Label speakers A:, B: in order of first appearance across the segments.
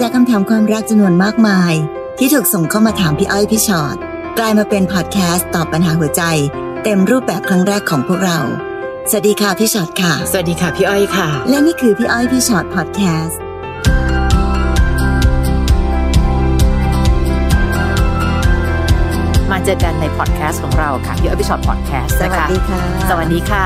A: จากคำถามความรักจำนวนมากมาย ที่ถูกส่งเข้ามาถามพี่อ้อยพี่ชอ็อตกลายมาเป็นพอดแคสต์ตอบปัญหาหัวใจ เต็มรูปแบบครั้งแรกของพวกเรา สวัสดีค่ะพี่ชอ็อตค่ะ
B: สวัสดีค่ะพี่อ้อยค่ะ
A: และนี่คือพี่อ้อยพี่ชอ็อตพอดแคสต์
B: มาเจอกันในพอดแคสต์ของเราค่ะพี่อ้อยพี่ชอตพอดแคสต์
A: ส
B: นะ
A: วัส
B: คะ
A: ดีค่ะ
B: สวัสดีค่ะ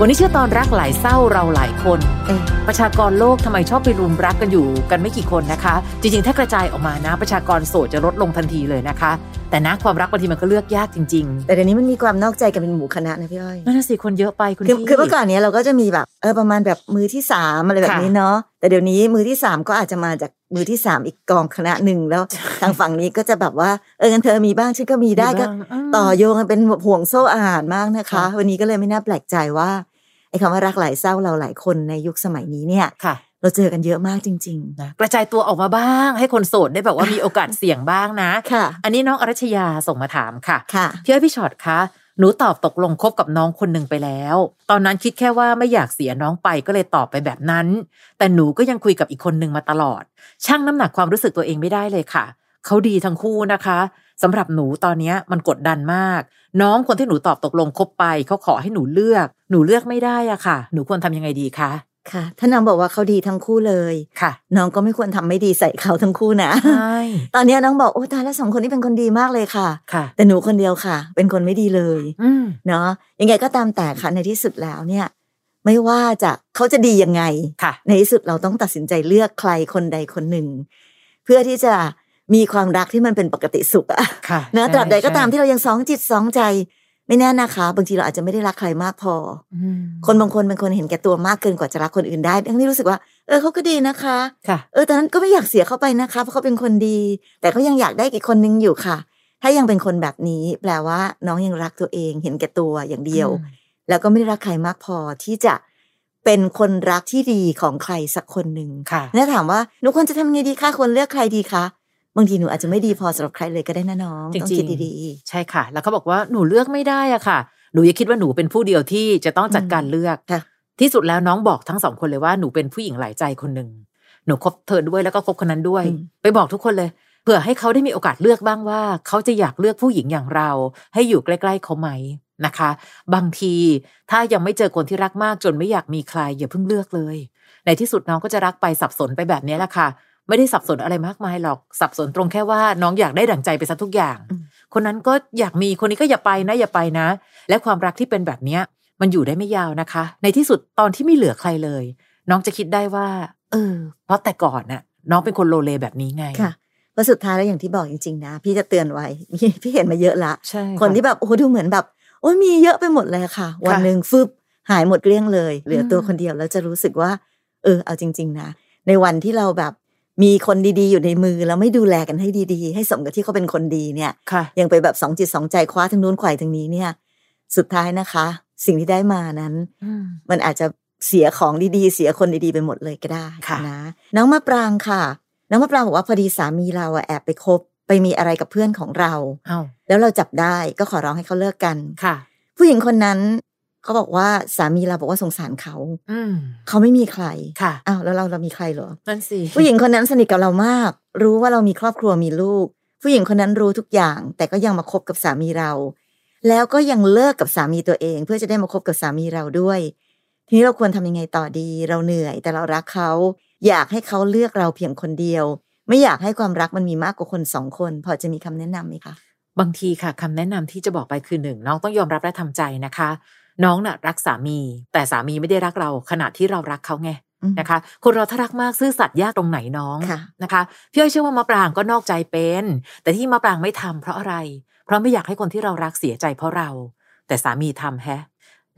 B: วันนี้ชื่อตอนรักหลายเศร้าเราหลายคน
A: เอ่อ
B: ประชากรโลกทำไมชอบไปรุมรักกันอยู่กันไม่กี่คนนะคะ จริงๆ ถ้ากระจายออกมานะประชากรโสดจะลดลงทันทีเลยนะคะ แต่นะความรักบางทีมันก็เลือกยากจริง
A: แต่เดี๋ยวนี้มันมีความนอกใจกันเป็นหมู่คณะนะพี่อ้อย
B: ๆนั่นนะสิคนเยอะไปคุณ
A: คือ
B: พี่
A: คือเมื่อก่อนเนี้ยเราก็จะมีแบบเออประมาณแบบมือที่สามอะไรแบบ
B: ค่ะ
A: นี้เนาะแต่เดี๋ยวนี้มือที่สามก็อาจจะมาจากมือที่สามอีกกองคณะหนึ่งแล้ว ทางฝั่งนี้ก็จะแบบว่าเอองั้นเธอมีบ้างฉันก็มีได้
B: มี
A: ก็
B: บ้างอืม
A: ต่อโยงกันเป็นห่วงโซ่อาหารมากนะคะ
B: ค่ะ
A: วันนี้ก็เลยไม่น่าแปลกใจว่าไอ้คำว่ารักหลายเศร้าเราหลายคนในยุคสมัยนี้เนี่ย
B: ค่ะ
A: เราเจอกันเยอะมากจริง
B: นะกระจายตัวออกมาบ้าง ให้คนโสดได้แบบว่ามีโอกาสเสี่ยงบ้างนะ
A: ๆ ค่ะ
B: อันนี้น้องอรัชยาส่งมาถามค่ะ
A: ค่ะ
B: พี่อ้อยพี่ชอตคะ หนูตอบตกลงคบกับน้องคนหนึ่งไปแล้ว ตอนนั้นคิดแค่ว่าไม่อยากเสียน้องไปก็เลยตอบไปแบบนั้น แต่หนูก็ยังคุยกับอีกคนหนึ่งมาตลอด ช่างน้ำหนักความรู้สึกตัวเองไม่ได้เลยค่ะ เขาดีทั้งคู่นะคะสำหรับหนูตอนเนี้ยมันกดดันมาก น้องคนที่หนูตอบตกลงคบไป เขาขอให้หนูเลือก หนูเลือกไม่ได้อะค่ะ หนูควรทำยังไงดีคะ
A: ค่ะท่านน้องบอกว่าเขาดีทั้งคู่เลย
B: ค่ะ
A: น้องก็ไม่ควรทำไม่ดีใส่เขาทั้งคู่นะ
B: ใช่
A: ตอนเนี้ยน้องบอกโอ้ตายแล้วสองคนนี้เป็นคนดีมากเลยค่ะ
B: ค่ะ
A: แต่หนูคนเดียวค่ะ เป็นคนไม่ดีเลย
B: อืม
A: เนาะยังไงก็ตามแต่ค่ะในที่สุดแล้วเนี่ย ไม่ว่าจะเขาจะดียังไง
B: ค่ะ
A: ในที่สุดเราต้องตัดสินใจเลือกใครคนใดคนหนึ่ง เพื่อที่จะมีความรักที่มันเป็นปกติสุขอะ
B: ค่ะ
A: นะ
B: ช่
A: ตราบใดก็ตาม
B: ใช่
A: ที่เรายังสองจิตสองใจ ไม่แน่นะคะ บางทีเราอาจจะไม่ได้รักใครมากพอ
B: อืม
A: คนบางคนเป็นคนเห็นแก่ตัวมากเกินกว่าจะรักคนอื่นได้ทั้งที่รู้สึกว่าเออเขาก็ดีนะคะ
B: ค่ะ
A: เออแต่นั้นก็ไม่อยากเสียเขาไปนะคะ เพราะเขาเป็นคนดี แต่ก็ยังอยากได้อีกคนนึงอยู่ค่ะ ถ้ายังเป็นคนแบบนี้ แปลว่าน้องยังรักตัวเอง เห็นแก่ตัวอย่างเดียว แล้วก็ไม่ได้รักใครมากพอที่จะเป็นคนรักที่ดีของใครสักคนหนึ่ง
B: ค่ะ
A: แล้วถามว่าหนูควรจะทำไงดีคะควรเลือกใครดีคะบางทีหนูอาจจะไม่ดีพอสำหรับใครเลยก็ได้นะน้องต้องคิด
B: จริงๆ
A: ดี
B: ใช่ค่ะ แล้วเขาบอกว่าหนูเลือกไม่ได้อะค่ะ หนูอย่าคิดว่าหนูเป็นผู้เดียวที่จะต้องจัดการเลือก
A: ค่ะ
B: ที่สุดแล้วน้องบอกทั้งสองคนเลยว่าหนูเป็นผู้หญิงหลายใจคนหนึ่ง หนูคบเธอด้วยแล้วก็คบคนนั้นด้วย ไปบอกทุกคนเลย เพื่อให้เขาได้มีโอกาสเลือกบ้างว่า เขาจะอยากเลือกผู้หญิงอย่างเรา ให้อยู่ใกล้ๆเขาไหมนะคะ บางทีถ้ายังไม่เจอคนที่รักมากจนไม่อยากมีใครอย่าเพิ่งเลือกเลย ในที่สุดน้องก็จะรักไปสับสนไปแบบนี้แหละค่ะ ไม่ได้สับสนอะไรมากมายหรอกสับสนตรงแค่ว่าน้องอยากได้ดั่งใจไปซะทุกอย่าง
A: อืม
B: คนนั้นก็อยากมีคนนี้ก็อย่าไปนะอย่าไปนะ และความรักที่เป็นแบบเนี้ย มันอยู่ได้ไม่ยาวนะคะ ในที่สุดตอนที่ไม่เหลือใครเลย น้องจะคิดได้ว่า เออ เพราะแต่ก่อนน่ะ น้องเป็นคนโลเลแบบนี้ไง
A: ๆ ค่ะเพราะสุดท้ายแล้วอย่างที่บอกจริงๆนะ พี่จะเตือนไว้ พี่เห็นมาเยอะละ
B: ใช่ะ
A: คนที่แบบโอ้โหดูเหมือนแบบโอ้ยมีเยอะไปหมดเลยค่ะ วันหนึ่งฟึบหายหมดเกลี้ยงเลย เหลือตัว
B: อืม
A: คนเดียวแล้วจะรู้สึกว่า เออ เอาจริง ๆ นะ ในวันที่เราแบบมีคนดีๆ อยู่ในมือแล้วไม่ดูแลกันให้ดีๆ ให้สมกับที่เขาเป็นคนดีเนี่ย
B: ค่ะ
A: ยังไปแบบสองจิตสองใจคว้าทั้งนู้นขวายทั้งนี้เนี่ย สุดท้ายนะคะ สิ่งที่ได้มานั้น
B: อืม
A: มันอาจจะเสียของดีๆ เสียคนดีๆ ไปหมดเลยก็ได้
B: ค่ะ
A: นะ น้องมะปรางค่ะ น้องมะปรางบอกว่าพอดีสามีเราอะแอบไปคบไปมีอะไรกับเพื่อนของเรา
B: เอ้า
A: แล้วเราจับได้ก็ขอร้องให้เขาเลิกกัน
B: ค่ะ
A: ผู้หญิงคนนั้นเขาบอกว่าสามีเราบอกว่าสงสารเขา
B: อืม
A: เขาไม่มีใคร
B: ค่ะ
A: อ้าวแล้วเราเรามีใครเหรอ
B: นั่นสิ
A: ผู้หญิงคนนั้นสนิทกับเรามาก รู้ว่าเรามีครอบครัวมีลูก ผู้หญิงคนนั้นรู้ทุกอย่าง แต่ก็ยังมาคบกับสามีเรา แล้วก็ยังเลิกกับสามีตัวเอง เพื่อจะได้มาคบกับสามีเราด้วย ทีนี้เราควรทำยังไงต่อดี เราเหนื่อย แต่เรารักเขา อยากให้เขาเลือกเราเพียงคนเดียว ไม่อยากให้ความรักมันมีมากกว่าคนสองคน พอจะมีคำแนะนำไหมคะ
B: บางทีค่ะคำแนะนำที่จะบอกไปคือหนึ่งน้องต้องยอมรับและทำใจนะคะ น้องน่ะ รักสามี แต่สามีไม่ได้รักเราขณะที่เรารักเขาไง นะคะคนเราถ้ารักมากซื่อสัตย์ยากตรงไหนน้อง
A: ค่ะ
B: นะคะพี่อ้อยเชื่อว่ามะปรางก็นอกใจเป็น แต่ที่มะปรางไม่ทำเพราะอะไร เพราะไม่อยากให้คนที่เรารักเสียใจเพราะเรา แต่สามีทำแฮะ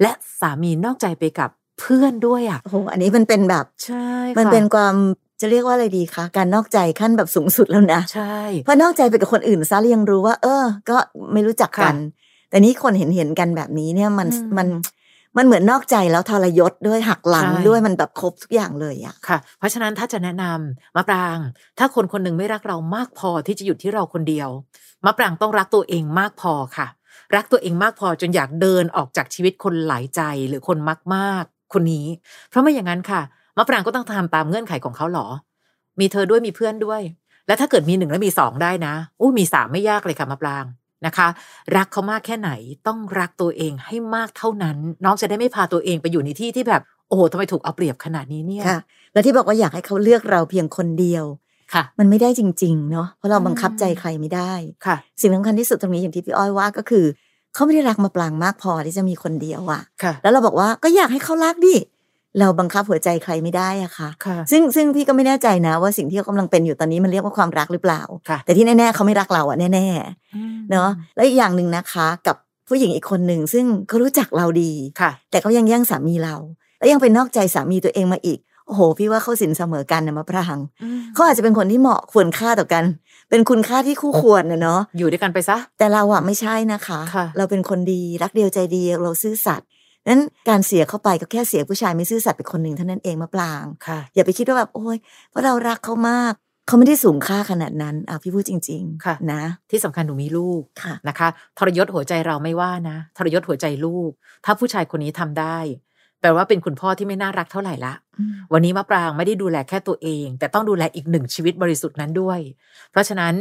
B: และสามีนอกใจไปกับเพื่อนด้วยอ่ะ
A: โอ้โหอันนี้มันเป็นแบบ
B: ใช่
A: มันเป็น
B: ค่ะ
A: ความจะเรียกว่าอะไรดีคะการนอกใจขั้นแบบสูงสุดแล้วนะ
B: ใช่
A: เพราะนอกใจไปกับคนอื่นซะแล้วยังรู้ว่า เออ ก็ไม่รู้จักกัน แต่นี่คนเห็นเห็นๆกันแบบนี้เนี่ยมัน
B: อืม
A: มันมันเหมือนนอกใจแล้วทรยศด้วยหักหลัง
B: ใช่
A: ด้วยมันแบบครบทุกอย่างเลยอะ
B: ค่ะ เพราะฉะนั้นถ้าจะแนะนำมะปราง ถ้าคนคนหนึ่งไม่รักเรามากพอที่จะหยุดที่เราคนเดียวมะปรางต้องรักตัวเองมากพอค่ะ รักตัวเองมากพอจนอยากเดินออกจากชีวิตคนหลายใจหรือคนมากๆคนนี้ เพราะไม่อย่างนั้นค่ะมะปรางก็ต้องทำตามเงื่อนไขของเขาเหรอ มีเธอด้วยมีเพื่อนด้วย และถ้าเกิดมีหนึ่งแล้วมีสองได้นะอู้มีสามไม่ยากเลยค่ะมาปรางนะคะ รักเขามากแค่ไหนต้องรักตัวเองให้มากเท่านั้น น้องจะได้ไม่พาตัวเองไปอยู่ในที่ที่แบบโอ้โหทำไมถูกเอาเปรียบขนาดนี้เนี่ย
A: ค่ะ แล้วที่บอกว่าอยากให้เขาเลือกเราเพียงคนเดียว
B: ค่ะ
A: มันไม่ได้จริง ๆ เนาะเพราะเรา
B: อืม
A: บังคับใจใครไม่ได้
B: ค่ะ
A: สิ่งสำคัญที่สุดตรงนี้อย่างที่พี่อ้อยว่าก็คือ เขาไม่ได้รักมาปรางมากพอที่จะมีคนเดียวอะ
B: ค่ะ
A: แล้วเราบอกว่าก็อยากให้เขารักดิเราบังคับหัวใจใครไม่ได้อะค่ะ
B: ค่ะ
A: ซึ่งซึ่งพี่ก็ไม่แน่ใจนะว่าสิ่งที่เขากำลังเป็นอยู่ตอนนี้มันเรียกว่าความรักหรือเปล่า
B: ค่ะ
A: แต่ที่แน่ๆเขาไม่รักเราอะแน่ๆเนาะและอีกอย่างหนึ่งนะคะ กับผู้หญิงอีกคนหนึ่งซึ่งเขารู้จักเราดี
B: ค่ะ
A: แต่เขายังแย่งสามีเรา แล้วยังไปนอกใจสามีตัวเองมาอีก โอ้โห พี่ว่าเขาสินเสมอกันนะมะปรางเขาอาจจะเป็นคนที่เหมาะควรค่าต่อกัน เป็นคุณค่าที่คู่ควรนะเนาะ
B: อยู่ด้วยกันไปซะ
A: แต่เราอะไม่ใช่นะคะ
B: ค่ะ
A: เราเป็นคนดีรักเดียวใจเดียวเราซื่อสัตย์นั้นการเสียเข้าไปก็แค่เสียผู้ชายไม่ซื่อสัตย์ไปคนหนึ่งเท่านั้นเองมะปราง
B: ค่ะ
A: อย่าไปคิดว่าแบบโอ้ยเพราะเรารักเขามาก เขาไม่ได้สูงค่าขนาดนั้นอ่ะพี่พูดจริง
B: ค่ะ
A: ๆนะ
B: ที่สำคัญหนูมีลูก
A: ค่ะ
B: นะคะ ทรยศหัวใจเราไม่ว่านะ ทรยศหัวใจลูก ถ้าผู้ชายคนนี้ทำได้ แปลว่าเป็นคุณพ่อที่ไม่น่ารักเท่าไหร่ละ วันนี้มะปรางไม่ได้ดูแลแค่ตัวเอง แต่ต้องดูแลอีกหนึ่งชีวิตบริสุทธิ์นั้นด้วย เพราะฉะนั้น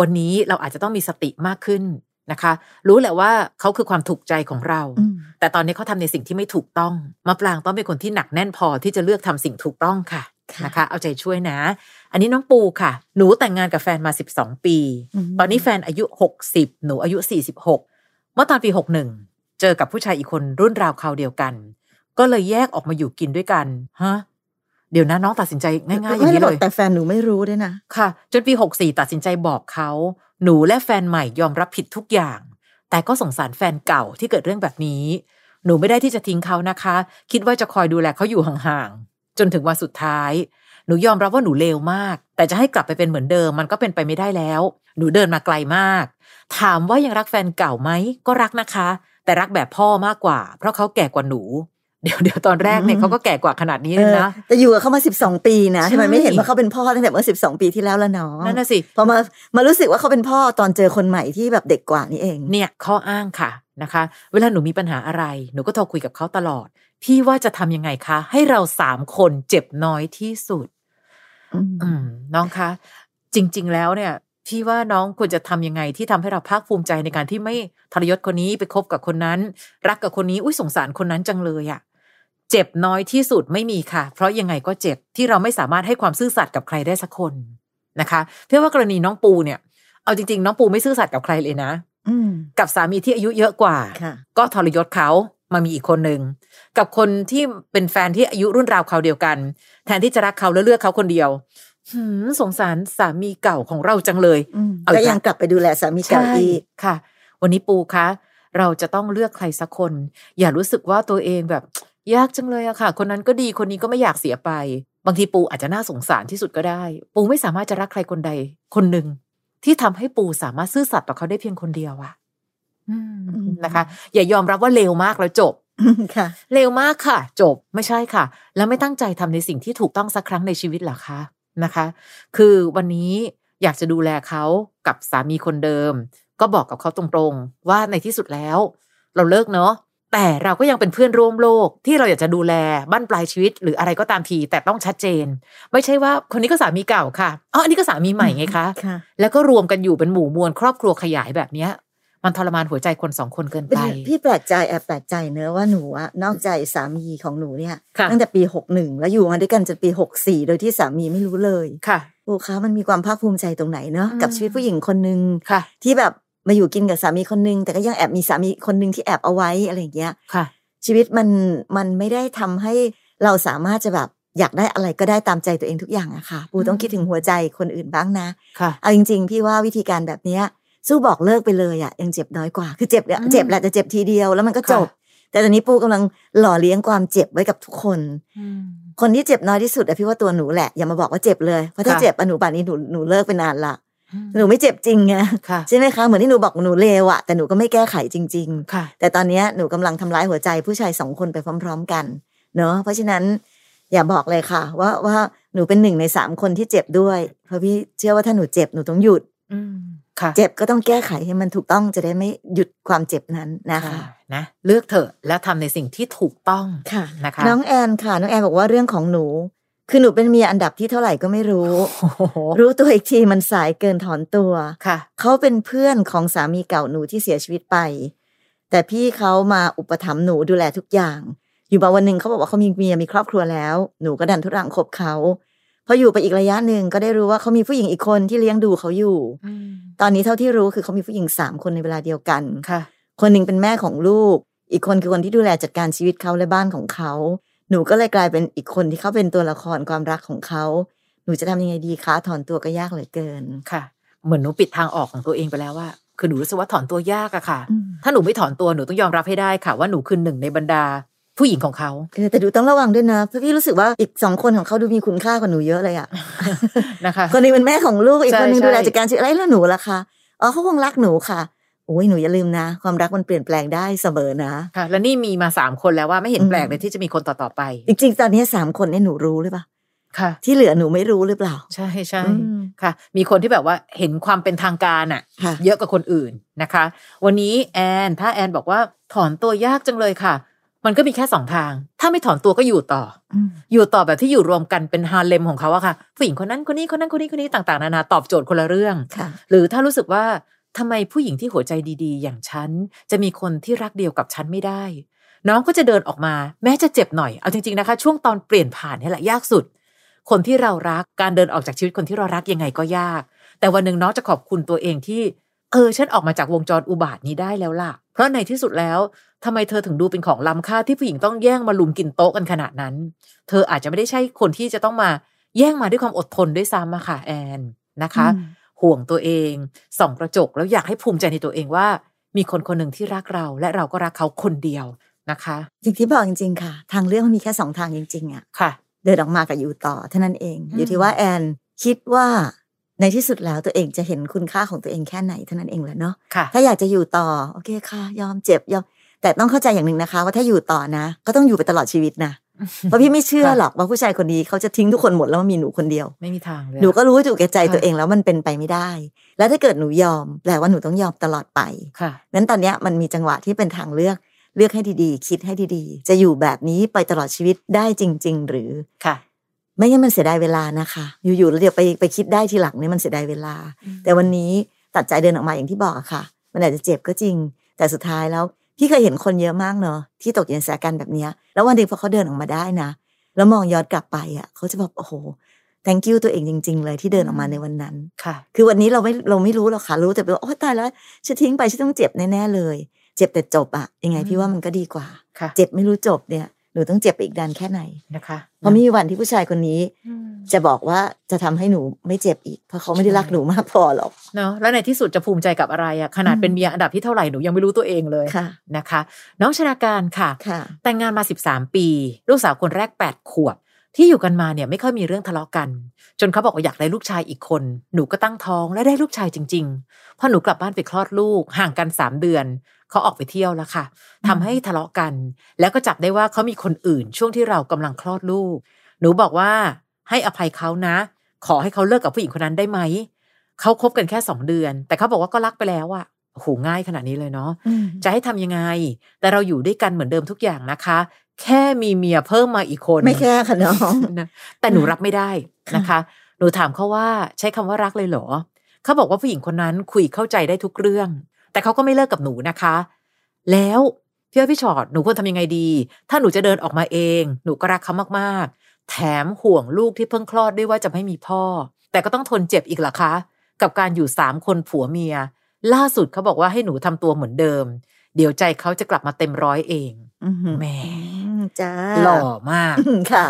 B: วันนี้เราอาจจะต้องมีสติมากขึ้นนะคะ รู้แหละว่าเขาคือความถูกใจของเรา
A: อืม
B: แต่ตอนนี้เขาทำในสิ่งที่ไม่ถูกต้องมะปรางต้องเป็นคนที่หนักแน่นพอที่จะเลือกทำสิ่งถูกต้องค่ะ
A: ค่ะ
B: นะคะ เอาใจช่วยนะ อันนี้น้องปูค่ะ หนูแต่งงานกับแฟนมา 12 ปี
A: ม
B: ตอนนี้แฟนอายุ 60 หนูอายุ 46 เมื่อตอนปี 61 เจอกับผู้ชายอีกคนรุ่นราวคราวเดียวกัน ก็เลยแยกออกมาอยู่กินด้วยกัน ฮะ เดี๋ยวนะน้องตัดสินใจง่ายๆอย่าง
A: ไม่
B: นี้
A: หรอ
B: เล
A: ก
B: ย
A: แต่แฟนหนูไม่รู้ด้วยนะ
B: ค่ะ จนปี 64 ตัดสินใจบอกเขา หนูและแฟนใหม่ยอมรับผิดทุกอย่าง แต่ก็สงสารแฟนเก่าที่เกิดเรื่องแบบนี้ หนูไม่ได้ที่จะทิ้งเขานะคะ คิดว่าจะคอยดูแลเขาอยู่ห่างๆ จนถึงวันสุดท้าย หนูยอมรับว่าหนูเลวมาก แต่จะให้กลับไปเป็นเหมือนเดิมมันก็เป็นไปไม่ได้แล้ว หนูเดินมาไกลมาก ถามว่ายังรักแฟนเก่าไหม ก็รักนะคะ แต่รักแบบพ่อมากกว่า เพราะเขาแก่กว่าหนู เดี๋ยวเดี๋ยวตอนแรกเนี่ย
A: อืม
B: เขาก็แก่กว่าขนาดนี้เลยนะ
A: เออแต่อยู่กับเขามาสิบสองปีนะ
B: ใช่
A: ทำไมไม่เห็นว่าเขาเป็นพ่อตั้งแต่เมื่อสิบสองปีที่แล้วละน้อง
B: นั่นน่ะสิ
A: พอมามารู้สึกว่าเขาเป็นพ่อตอนเจอคนใหม่ที่แบบเด็กกว่านี่เอง
B: เนี่ยข้ออ้างค่ะนะคะ เวลาหนูมีปัญหาอะไร หนูก็โทรคุยกับเขาตลอด พี่ว่าจะทำยังไงคะ ให้เราสามคนเจ็บน้อยที่สุด
A: อืม
B: อืมน้องคะ จริง ๆ แล้วเนี่ย พี่ว่าน้องควรจะทำยังไงที่ทำให้เราภาคภูมิใจในการที่ไม่ทรยศคนนี้ไปคบกับคนนั้น รักกับคนนี้อุ้ยสงสารคนนั้นจังเลยอะเจ็บน้อยที่สุดไม่มีค่ะ เพราะยังไงก็เจ็บที่เราไม่สามารถให้ความซื่อสัตย์กับใครได้สักคนนะคะเพื่อว่ากรณีน้องปูเนี่ยเอาจริง ๆ น้องปูไม่ซื่อสัตย์กับใครเลยนะ
A: อืม
B: กับสามีที่อายุเยอะกว่า
A: ค่ะ
B: ก็ทรยศเขามามีอีกคนหนึ่งกับคนที่เป็นแฟนที่อายุรุ่นราวเขาวเดียวกัน แทนที่จะรักเขาแล้วเลือกเขาคนเดียวหืมสงสารสามีเก่าของเราจังเลย
A: อืม
B: เอาอีก
A: ก็
B: ละ
A: ยังกลับไปดูแลสามีเก่าอีก
B: ค่ะ วันนี้ปูคะ เราจะต้องเลือกใครสักคน อย่ารู้สึกว่าตัวเองแบบ ยากจังเลยอะค่ะ คนนั้นก็ดีคนนี้ก็ไม่อยากเสียไป บางทีปูอาจจะน่าสงสารที่สุดก็ได้ ปูไม่สามารถจะรักใครคนใด คนหนึ่งที่ทำให้ปูสามารถซื่อสัตย์ต่อเขาได้เพียงคนเดียวอะอืมนะคะ อย่ายอมรับว่าเลวมากแล้วจบ
A: ค่ะ
B: เร็วมากค่ะ จบไม่ใช่ค่ะ แล้วไม่ตั้งใจทำในสิ่งที่ถูกต้องสักครั้งในชีวิตเหรอคะนะคะ คือวันนี้อยากจะดูแลเขากับสามีคนเดิม ก็บอกกับเขาตรงๆ ว่าในที่สุดแล้ว เราเลิกเนาะแต่เราก็ยังเป็นเพื่อนร่วมโลกที่เราอยากจะดูแลบ้านปลายชีวิต หรืออะไรก็ตามทีแต่ต้องชัดเจน ไม่ใช่ว่าคนนี้ก็สามีเก่าค่ะอ๋ออันนี้ก็สามีใหม่ไงคะ
A: ค่ะ
B: แล้วก็รวมกันอยู่เป็นหมู่มวลครอบครัวขยายแบบเนี้ย มันทรมานหัวใจคนสองคนเกินไป
A: พี่แปลกใจแอบแปลกใจเนอะว่าหนูอะนอกใจสามีของหนูเนี่ย
B: ค่ะ
A: ตั้งแต่ปีหกหนึ่งแล้วอยู่มาด้วยกันจนปีหกสี่โดยที่สามีไม่รู้เลย
B: ค่ะ
A: โอ้คะมันมีความภาคภูมิใจตรงไหนเนอะ
B: อืม
A: กับชีวิตผู้หญิงคนหนึ่ง
B: ค่ะ
A: ที่แบบมาอยู่กินกับสามีคนหนึงแต่ก็ยังแอบมีสามีคนหนึงที่แอบเอาไว้อะไรอย่างเงี้ย
B: ค่ะ
A: ชีวิตมันมันไม่ได้ทำให้เราสามารถจะแบบอยากได้อะไรก็ได้ตามใจตัวเองทุกอย่างอะค่ะปูต้องคิดถึงหัวใจคนอื่นบ้างนะ
B: ค่ะ
A: เอาจริงๆ พี่ว่าวิธีการแบบเนี้ยสู้บอกเลิกไปเลยอะยังเจ็บน้อยกว่า คือเจ็บเนี่ย
B: อืม
A: เจ็บแหละแต่เจ็บทีเดียวแล้วมันก็
B: ค่ะ
A: จบ แต่ตอนนี้ปูกำลังหล่อเลี้ยงความเจ็บไว้กับทุกคน คนที่เจ็บน้อยที่สุดอะพี่ว่าตัวหนูแหละอย่ามาบอกว่าเจ็บเลยเพราะถ้า
B: ค่ะ
A: เจ็บอะหนูป่านนี้หนูหนูเลิกไปนานละหนูไม่เจ็บจริงไง
B: ค่ะ
A: ใช่ไหมคะเหมือนที่หนูบอกหนูเลวอะแต่หนูก็ไม่แก้ไขจริง
B: ค่ะ
A: ๆ แต่ตอนเนี้ยหนูกำลังทำร้ายหัวใจผู้ชายสองคนไปพร้อม ๆ กันเนาะเพราะฉะนั้นอย่าบอกเลยค่ะ ว่าว่าหนูเป็นหนึ่งในสามคนที่เจ็บด้วย เพราะพี่เชื่อว่าถ้าหนูเจ็บหนูต้องหยุด
B: อืม ค่ะ
A: เจ็บก็ต้องแก้ไขให้มันถูกต้องจะได้ไม่หยุดความเจ็บนั้นนะคะ
B: ค่ะนะ เลือกเถอะ และทำในสิ่งที่ถูกต้อง
A: ค่ะ
B: นะคะ
A: น้องแอนค่ะ น้องแอนบอกว่าเรื่องของหนู คือหนูเป็นเมียอันดับที่เท่าไหร่ก็ไม่รู้
B: โอ้โห
A: รู้ตัวอีกทีมันสายเกินถอนตัว
B: ค่ะ
A: เขาเป็นเพื่อนของสามีเก่าหนูที่เสียชีวิตไป แต่พี่เขามาอุปถัมภ์หนูดูแลทุกอย่าง อยู่มาวันหนึ่งเขาบอกว่าเขามีเมียมีครอบครัวแล้ว หนูก็ดันทุรังคบเขาพออยู่ไปอีกระยะหนึ่งก็ได้รู้ว่าเขามีผู้หญิงอีกคนที่เลี้ยงดูเขาอยู่ ตอนนี้เท่าที่รู้คือเขามีผู้หญิงสามคนในเวลาเดียวกัน
B: ค่ะ
A: คนหนึ่งเป็นแม่ของลูก อีกคนคือคนที่ดูแลจัดการชีวิตเขาและบ้านของเขา หนูก็เลยกลายเป็นอีกคนที่เขาเป็นตัวละครความรักของเขา หนูจะทำยังไงดีคะถอนตัวก็ยากเหลือเกิน
B: ค่ะ เหมือนหนูปิดทางออกของตัวเองไปแล้วว่า คือหนูรู้สึกว่าถอนตัวยากอะค่ะ ถ้าหนูไม่ถอนตัวหนูต้องยอมรับให้ได้ค่ะ ว่าหนูคือหนึ่งในบรรดา ผู้หญิงของเขา
A: เออแต่ดูต้องระวังด้วยนะเพราะพี่รู้สึกว่าอีกสองคนของเขาดูมีคุณค่ากว่าหนูเยอะเลย อ่ะ
B: นะคะ
A: คนหนึงเป็นแม่ของลูกอีก
B: ใช่
A: คนหนึง
B: ใช่
A: ดูแลจัดการชีวิตอะไรแล้วหนูล่ะคะอ๋อเขาคงรักหนูค่ะโอ้ยหนูอย่าลืมนะ ความรักมันเปลี่ยนแปลงได้เสมอนะ
B: ค่ะ และนี่มีมาสามคนแล้วว่าไม่เห็น
A: อืม
B: แปลกเลยที่จะมีคนต่อๆไป
A: จริงๆตอนนี้สามคนเนี่ยหนูรู้หรือเปล่า
B: ค่ะ
A: ที่เหลือหนูไม่รู้หรือเปล่า
B: ใช่ใช่
A: อืม
B: ค่ะ มีคนที่แบบว่าเห็นความเป็นทางการอะ
A: ค่ะ
B: เยอะกว่าคนอื่นนะคะ วันนี้แอนถ้าแอนบอกว่าถอนตัวยากจังเลยค่ะ มันก็มีแค่สองทาง ถ้าไม่ถอนตัวก็อยู่ต่อ อยู่ต่อแบบที่อยู่รวมกันเป็นฮาเลมของเขาอะค่ะ ผู้หญิงคนนั้นคนนี้คนนั้นคนนี้คนนี้ต่างๆนานาตอบโจทย์คนละเรื่อง
A: ค่ะ
B: หรือถ้ารู้สึกว่าทำไมผู้หญิงที่หัวใจดีๆ อย่างฉัน จะมีคนที่รักเดียวกับฉันไม่ได้ น้องก็จะเดินออกมา แม้จะเจ็บหน่อยเอาจริงๆนะคะ ช่วงตอนเปลี่ยนผ่านเนี่ยแหละยากสุด คนที่เรารักการเดินออกจากชีวิตคนที่เรารักยังไงก็ยาก แต่วันหนึ่งน้องจะขอบคุณตัวเองที่ เออฉันออกมาจากวงจรอุบาทนี้ได้แล้วล่ะ เพราะในที่สุดแล้วทำไมเธอถึงดูเป็นของล้ำค่าที่ผู้หญิงต้องแย่งมาลุมกินโต๊ะกันขนาดนั้น เธออาจจะไม่ได้ใช่คนที่จะต้องมาแย่งมาด้วยความอดทนด้วยซ้ำอะค่ะแอนนะคะ ห่วงตัวเองส่องกระจกแล้วอยากให้ภูมิใจในตัวเองว่า มีคนคนหนึ่งที่รักเราและเราก็รักเขาคนเดียวนะคะ
A: อย่างที่บอกจริง ๆ ค่ะ ทางเรื่องมันมีแค่สองทางจริง ๆอ่ะ
B: ค่ะ
A: เดินออกมากับอยู่ต่อเท่านั้นเอง
B: อืม
A: อยู่ที่ว่าแอนคิดว่าในที่สุดแล้วตัวเองจะเห็นคุณค่าของตัวเองแค่ไหนเท่านั้นเองแหละเนาะ
B: ค่ะ
A: ถ้าอยากจะอยู่ต่อโอเคค่ะ ยอมเจ็บยอมแต่ต้องเข้าใจอย่างหนึ่งนะคะ ว่าถ้าอยู่ต่อนะ ก็ต้องอยู่ไปตลอดชีวิต นะเพราะพี่ไม่เชื่อ
B: ค่ะ
A: หรอกว่าผู้ชายคนนี้เขาจะทิ้งทุกคนหมดแล้วมันมีหนูคนเดียว
B: ไม่มีทางเลย
A: หนูก็
B: อะ
A: รู้อยู่แก่ใจ
B: ค่ะ
A: ตัวเองแล้วมันเป็นไปไม่ได้ และถ้าเกิดหนูยอมแปลว่าหนูต้องยอมตลอดไป
B: ค่ะ
A: นั้นตอนเนี้ยมันมีจังหวะที่เป็นทางเลือกเลือกให้ดีๆ คิดให้ดีๆ จะอยู่แบบนี้ไปตลอดชีวิตได้จริง ๆ หรือ
B: ค่ะ
A: ไม่งั้นมันเสียดายเวลานะคะ อยู่ๆแล้วเดี๋ยวไปไปคิดได้ทีหลังเนี่ยมันเสียดายเวลา แต่วันนี้ตัดใจเดินออกมาอย่างที่บอกอะค่ะ มันอาจจะเจ็บก็จริง แต่สุดท้ายแล้วพี่เคยเห็นคนเยอะมากเนาะที่ตกอยู่ในสถานการณ์แบบเนี้ยแล้ววันหนึ่งพอเขาเดินออกมาได้นะ แล้วมองย้อนกลับไปอ่ะเขาจะแบบโอ้โห thank you ตัวเองจริง ๆ เลยที่เดินออกมาในวันนั้น
B: ค่ะ
A: คือวันนี้เราไม่เราไม่รู้หรอกค่ะ รู้แต่ว่าโอ้ตายแล้วฉันทิ้งไปฉันต้องเจ็บแน่ๆเลย เจ็บแต่จบอะยังไง
B: อืม
A: พี่ว่ามันก็ดีกว่า
B: ค่ะ
A: เจ็บไม่รู้จบเนี่ยหนูต้องเจ็บไปอีกดันแค่ไหน
B: นะคะ
A: เพราะไม่มีวันที่ผู้ชายคนนี้
B: อืม
A: จะบอกว่าจะทำให้หนูไม่เจ็บอีก เพราะเขาไม่ได้รักหนูมากพอหรอก
B: เนาะแล้วในที่สุดจะภูมิใจกับอะไรอะขนาด
A: อืม
B: เป็นเมียอันดับที่เท่าไหร่หนูยังไม่รู้ตัวเองเลย
A: ค่ะ
B: นะคะ น้องชนาการค่ะ
A: ค่ะ
B: แต่งงานมา 13 ปี ลูกสาวคนแรก 8 ขวบ ที่อยู่กันมาเนี่ยไม่ค่อยมีเรื่องทะเลาะกัน จนเขาบอกว่าอยากได้ลูกชายอีกคน หนูก็ตั้งท้องและได้ลูกชายจริงๆพอหนูกลับบ้านไปคลอดลูกห่างกัน 3 เดือนเขาออกไปเที่ยวแล้วค่ะทำให้ทะเลาะกัน แล้วก็จับได้ว่าเขามีคนอื่น ช่วงที่เรากำลังคลอดลูก หนูบอกว่าให้อภัยเขานะ ขอให้เขาเลิกกับผู้หญิงคนนั้นได้ไหมเขาคบกันแค่สองเดือน แต่เขาบอกว่าก็รักไปแล้วอะโอ้โหง่ายขนาดนี้เลยเนาะ จะให้ทำยังไง แต่เราอยู่ด้วยกันเหมือนเดิมทุกอย่างนะคะ แค่มีเมียเพิ่มมาอีกคน
A: ไม่แค่ค่ะน้อง
B: นะแต่หนูรับไม่ได้นะคะ หนูถามเขาว่าใช้คำว่ารักเลยเหรอ เขาบอกว่าผู้หญิงคนนั้นคุยเข้าใจได้ทุกเรื่อง แต่เขาก็ไม่เลิกกับหนูนะคะ แล้วพี่อ้อยพี่ชอตหนูควรทำยังไงดี ถ้าหนูจะเดินออกมาเอง หนูก็รักเขามากๆ แถมห่วงลูกที่เพิ่งคลอดด้วยว่าจะไม่มีพ่อ แต่ก็ต้องทนเจ็บอีกเหรอคะ กับการอยู่สามคนผัวเมีย ล่าสุดเขาบอกว่าให้หนูทำตัวเหมือนเดิม เดี๋ยวใจเขาจะกลับมาเต็มร้อยเอง แหม
A: จ้า
B: หล่อมาก
A: ค่ะ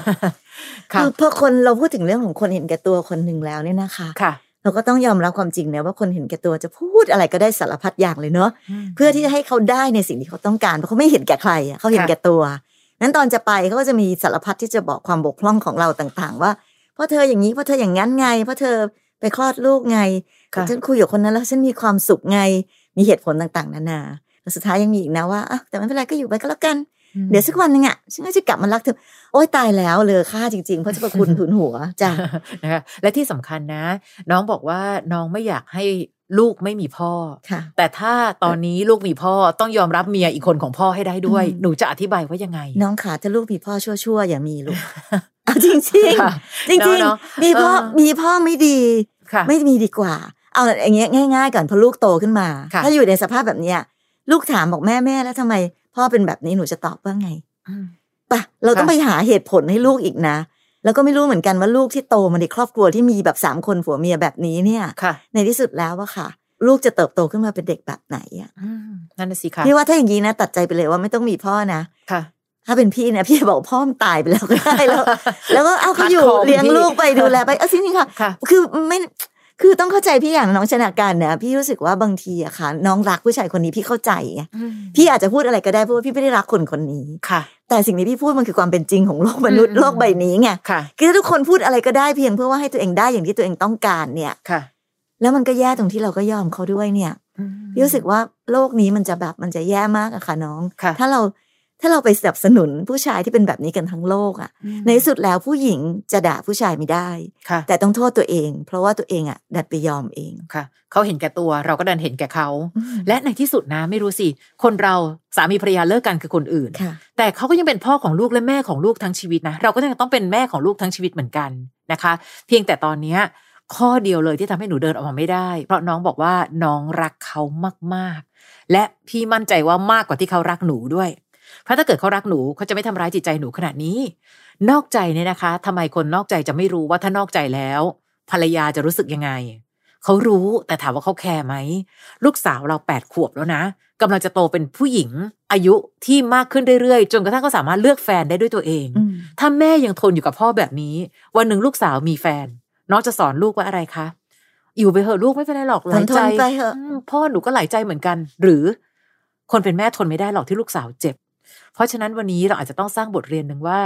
B: ค่ะ
A: คือพอคนเราพูดถึงเรื่องของคนเห็นแก่ตัวคนหนึ่งแล้วเนี่ยนะคะ
B: ค่ะ
A: เราก็ต้องยอมรับความจริงนะว่าคนเห็นแก่ตัวจะพูดอะไรก็ได้สารพัดอย่างเลยเนาะเพื่อที่จะให้เขาได้ในสิ่งที่เขาต้องการเพราะเขาไม่เห็นแก่ใครอะเขาเห็นแก่ตัวนั้นตอนจะไปเขาก็จะมีสารพัดที่จะบอกความบกพร่องของเราต่างๆ ว่าเพราะเธออย่างนี้เพราะเธออย่างนั้นไงเพราะเธอไปคลอดลูกไง
B: ค่ะ
A: ฉันคุยกับคนนั้นแล้วฉันมีความสุขไงมีเหตุผลต่างๆนานาแล้วสุดท้ายยังมีอีกนะว่าอ่ะแต่ไม่เป็นไรก็อยู่ไปก็แล้วกัน เดี๋ยวสักวันหนึงอะฉันก็จะกลับมารักเธอโอ๊ยตายแล้วเลยค่าจริงๆเพราะเจ้าพระคุณ ทุนหัว จ้ะ
B: นะคะและที่สำคัญนะ น้องบอกว่าน้องไม่อยากให้ลูกไม่มีพ่อ
A: ค่ะ
B: แต่ถ้าตอนนี้ลูกมีพ่อต้องยอมรับเมียอีกคนของพ่อให้ได้ด้วย
A: อืม
B: หนูจะอธิบายว่ายังไง
A: น้องขาถ้าลูกมีพ่อชั่วๆอย่ามีลูก เอาจริงๆจริง
B: ค่ะ
A: จริง
B: เนอะ
A: ๆมีพ่อ
B: เออ
A: มีพ่อไม่ดี
B: ค่ะ
A: ไม่มีดีกว่า เอาอย่างเงี้ยง่าย ๆก่อนพอลูกโตขึ้นมา
B: ค่ะ
A: ถ้าอยู่ในสภาพแบบเนี้ยลูกถามบอกแม่แม่แล้วทำไม พ่อเป็นแบบนี้หนูจะตอบว่าไง
B: อืม
A: ปะเราต้อง
B: ค่ะ
A: ไปหาเหตุผลให้ลูกอีกนะ แล้วก็ไม่รู้เหมือนกันว่าลูกที่โตมาในครอบครัวที่มีแบบสามคนผัวเมียแบบนี้เนี่ย
B: ค่ะ
A: ในที่สุดแล้วอะค่ะ ลูกจะเติบโตขึ้นมาเป็นเด็กแบบไหนอะ
B: อืมนั่นน่ะสิค่ะ
A: พี่ว่าถ้าอย่างนี้นะ ตัดใจไปเลยว่าไม่ต้องมีพ่อนะ
B: ค่ะ
A: ถ้าเป็นพี่นะพี่บอกพ่อมันตายไปแล้วก็ได้แล้ว แล้วก็เอาเขาอยู่
B: ขาดของ
A: เลี้ยง
B: พี่
A: ลูกไปดูแลไปเอาจริงๆค่ะ
B: ค่ะ
A: คือไม่คือต้องเข้าใจพี่อย่างน้องชนะการเนี่ยพี่รู้สึกว่าบางทีอะค่ะ น้องรักผู้ชายคนนี้พี่เข้าใจไงพี่อาจจะพูดอะไรก็ได้เพราะว่าพี่ไม่ได้รักคนคนนี้
B: ค่ะ
A: แต่สิ่งที่พี่พูดมันคือความเป็นจริงของโลกมนุษย์
B: อืม
A: โลกใบนี้ไง
B: ค่ะ
A: คือถ้าทุกคนพูดอะไรก็ได้เพียงเพื่อว่าให้ตัวเองได้อย่างที่ตัวเองต้องการเนี่ย
B: ค่ะ
A: แล้วมันก็แย่ตรงที่เราก็ยอมเขาด้วยเนี่ย
B: อืม
A: พี่รู้สึกว่าโลกนี้มันจะแบบมันจะแย่มากอะค่ะน้อง
B: ค่ะ
A: ถ้าเราถ้าเราไปสนับสนุนผู้ชายที่เป็นแบบนี้กันทั้งโลกอะ
B: อืม
A: ในที่สุดแล้วผู้หญิงจะด่าผู้ชายไม่ได้
B: ค่ะ
A: แต่ต้องโทษตัวเอง เพราะว่าตัวเองอะดัดไปยอมเอง
B: ค่ะเขาเห็นแก่ตัวเราก็ดันเห็นแก่เขา และในที่สุดนะไม่รู้สิ คนเราสามีภรรยาเลิกกันคือคนอื่น
A: ค่ะ
B: แต่เขาก็ยังเป็นพ่อของลูกและแม่ของลูกทั้งชีวิตนะเราก็ยังต้องเป็นแม่ของลูกทั้งชีวิตเหมือนกันนะคะ เพียงแต่ตอนเนี้ยข้อเดียวเลยที่ทำให้หนูเดินออกมาไม่ได้ เพราะน้องบอกว่าน้องรักเขามากๆ และพี่มั่นใจว่ามากกว่าที่เขารักหนูด้วย เพราะถ้าเกิดเขารักหนูเขาจะไม่ทำร้ายจิตใจหนูขนาดนี้ นอกใจเนี่ยนะคะทำไมคนนอกใจจะไม่รู้ว่าถ้านอกใจแล้ว ภรรยาจะรู้สึกยังไง เขารู้แต่ถามว่าเขาแคร์ไหม ลูกสาวเราแปดขวบแล้วนะกำลังจะโตเป็นผู้หญิง อายุที่มากขึ้นเรื่อยๆ จนกระทั่งเขาสามารถเลือกแฟนได้ด้วยตัวเอง
A: อืม
B: ถ้าแม่ยังทนอยู่กับพ่อแบบนี้ วันหนึ่งลูกสาวมีแฟน น้องจะสอนลูกว่าอะไรคะ อยู่ไปเถอะลูกไม่เป็นไรหรอกหลายใจ
A: ทนๆไปเถอะ
B: มพ่อหนูก็หลายใจเหมือนกัน หรือ คนเป็นแม่ทนไม่ได้หรอกที่ลูกสาวเจ็บ เพราะฉะนั้นวันนี้เราอาจจะต้องสร้างบทเรียนหนึ่งว่า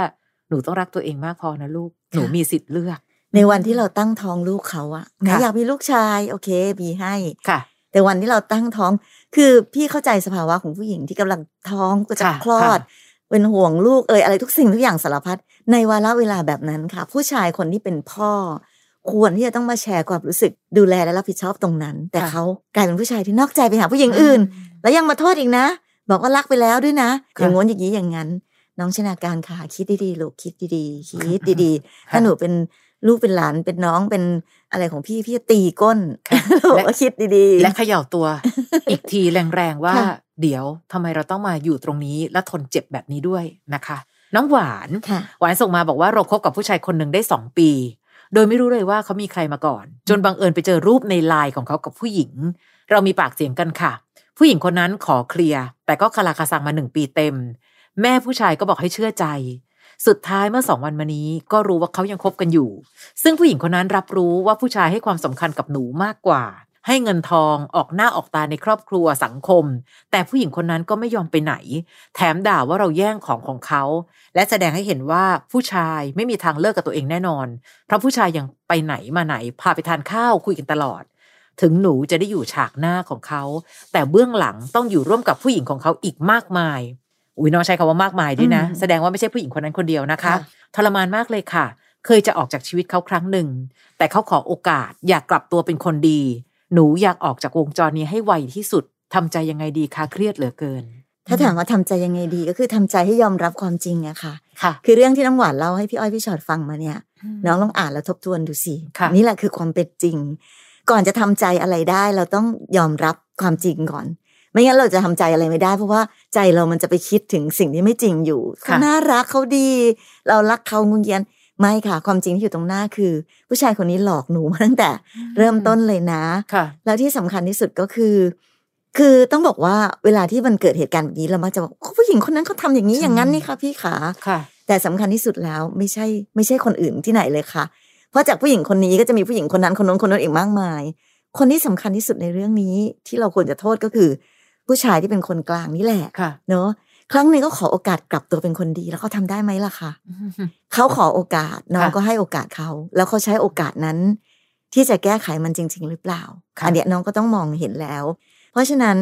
B: หนูต้องรักตัวเองมากพอนะลูก หนูมีสิทธิ์เลือก
A: ในวันที่เราตั้งท้องลูกเขาอะแหม่
B: ค่ะ
A: อยากมีลูกชายโอเคมีให้
B: ค่ะ
A: แต่วันที่เราตั้งท้อง คือพี่เข้าใจสภาวะของผู้หญิงที่กำลังท้องก็จะ
B: ค่ะ
A: คลอด
B: ค่ะ
A: เป็นห่วงลูกเอ่ยอะไรทุกสิ่งทุกอย่างสารพัดในวาระเวลาแบบนั้นค่ะ ผู้ชายคนที่เป็นพ่อ ควรที่จะต้องมาแชร์ความรู้สึกดูแลและรับผิดชอบตรงนั้น แต่เขากลายเป็นผู้ชายที่นอกใจไปหาผู้หญิงอื่น แล้วยังมาโทษอีกนะ บอกว่ารักไปแล้วด้วยนะ อ
B: ค่ะ
A: ย่างง้นอย่างนี้อย่างนั้น น้องชนาการค่ะ คิดดีๆลูกคิดดีๆ คิดดีๆ
B: ค่ะ
A: ถ้าหนูเป็นลูกเป็นหลานเป็นน้องเป็นอะไรของพี่พี่จะตีก้น
B: ค่ะ
A: บอก
B: และ
A: ว่าคิดดีๆ
B: และเขย่า ตัว อีกทีแรงๆว่า
A: ค่ะ
B: เดี๋ยวทำไมเราต้องมาอยู่ตรงนี้และทนเจ็บแบบนี้ด้วยนะคะ น้องหวาน
A: ค่ะ
B: หวานส่งมาบอกว่าเราคบกับผู้ชายคนหนึ่งได้สองปี โดยไม่รู้เลยว่าเขามีใครมาก่อน จนบังเอิญไปเจอรูปในไลน์ของเขากับผู้หญิง เรามีปากเสียงกันค่ะ ผู้หญิงคนนั้นขอเคลียร์แต่ก็คาราคาซังมาหนึ่งปีเต็ม แม่ผู้ชายก็บอกให้เชื่อใจ สุดท้ายเมื่อสองวันมานี้ก็รู้ว่าเขายังคบกันอยู่ ซึ่งผู้หญิงคนนั้นรับรู้ว่าผู้ชายให้ความสำคัญกับหนูมากกว่า ให้เงินทองออกหน้าออกตาในครอบครัวสังคม แต่ผู้หญิงคนนั้นก็ไม่ยอมไปไหน แถมด่าว่าเราแย่งของของเขา และแสดงให้เห็นว่าผู้ชายไม่มีทางเลิกกับตัวเองแน่นอน เพราะผู้ชายยังไปไหนมาไหน พาไปทานข้าวคุยกันตลอด ถึงหนูจะได้อยู่ฉากหน้าของเขา แต่เบื้องหลังต้องอยู่ร่วมกับผู้หญิงของเขาอีกมากมาย อุ้ยน้องใช้คำว่ามากมายด้วยนะ
A: อืม
B: แสดงว่าไม่ใช่ผู้หญิงคนนั้นคนเดียวนะคะ
A: ค่ะ
B: ทรมานมากเลยค่ะ เคยจะออกจากชีวิตเขาครั้งหนึ่ง แต่เขาขอโอกาสอยากกลับตัวเป็นคนดี หนูอยากออกจากวงจรนี้ให้ไวที่สุดทำใจยังไงดีคะเครียดเหลือเกิน
A: ถ้าถามว่าทำใจยังไงดีก็คือทำใจให้ยอมรับความจริงอะค่ะ
B: ค่ะ
A: คือเรื่องที่น้ำหวานเล่าให้พี่อ้อยพี่ชอดฟังมาเนี่ย น้องลองอ่านแล้วทบทวนดูสิ
B: ค่ะ
A: นี่แหละคือความเป็นจริง ก่อนจะทำใจอะไรได้เราต้องยอมรับความจริงก่อน ไม่งั้นเราจะทำใจอะไรไม่ได้เพราะว่าใจเรามันจะไปคิดถึงสิ่งที่ไม่จริงอยู่เขา
B: ค่ะ
A: น่ารักเขาดี เรารักเขางุนเงียนไม่ค่ะ ความจริงที่อยู่ตรงหน้าคือ ผู้ชายคนนี้หลอกหนูมาตั้งแต่ เริ่มต้นเลยนะ
B: ค่ะ
A: แล้วที่สำคัญที่สุดก็คือ คือต้องบอกว่าเวลาที่มันเกิดเหตุการณ์แบบนี้เรามักจะบอกโอ้ผู้หญิงคนนั้นเขาทำอย่างนี้
B: ใช่
A: อย่างนั้นนี่ค่ะพี่ขา
B: ค่ะ
A: แต่สำคัญที่สุดแล้วไม่ใช่ไม่ใช่คนอื่นที่ไหนเลยค่ะ เพราะจากผู้หญิงคนนี้ก็จะมีผู้หญิงคนนั้นคนนู้นคนนั้นอีกมากมาย คนที่สำคัญที่สุดในเรื่องนี้ที่เราควรจะโทษก็คือ ผู้ชายที่เป็นคนกลางนี่แหละ
B: ค่ะ
A: เนาะครั้งหนึ่งก็ขอโอกาสกลับตัวเป็นคนดีแล้วเขาทำได้ไหมล่ะคะ เขาขอโอกาสน้อง
B: ค่ะ
A: ก็ให้โอกาสเขา แล้วเขาใช้โอกาสนั้น ที่จะแก้ไขมันจริง ๆ หรือเปล่า
B: ค่ะ
A: อันเนี้ยน้องก็ต้องมองเห็นแล้ว เพราะฉะนั้น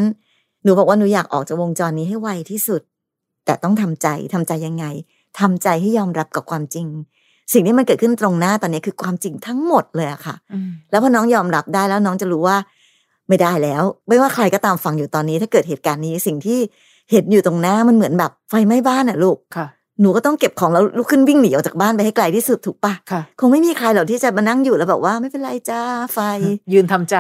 A: หนูบอกว่าหนูอยากออกจากวงจรนี้ให้ไวที่สุด แต่ต้องทำใจทำใจยังไงทำใจให้ยอมรับกับความจริง สิ่งที่มันเกิดขึ้นตรงหน้าตอนนี้คือความจริงทั้งหมดเลยอะค่ะ แล้วพอน้องยอมรับได้แล้วน้องจะรู้ว่า ไม่ได้แล้ว ไม่ว่าใครก็ตามฟังอยู่ตอนนี้ ถ้าเกิดเหตุการณ์นี้สิ่งที่เห็นอยู่ตรงหน้ามันเหมือนแบบไฟไหม้บ้านอะลูก
B: ค่ะ
A: หนูก็ต้องเก็บของแล้วลุกขึ้นวิ่งหนีออกจากบ้านไปให้ไกลที่สุดถูกปะ
B: ค่ะ
A: คงไม่มีใครหรอกที่จะมานั่งอยู่แล้วแบบว่าไม่เป็นไรจ้าไฟ
B: ยืนทำ ใจ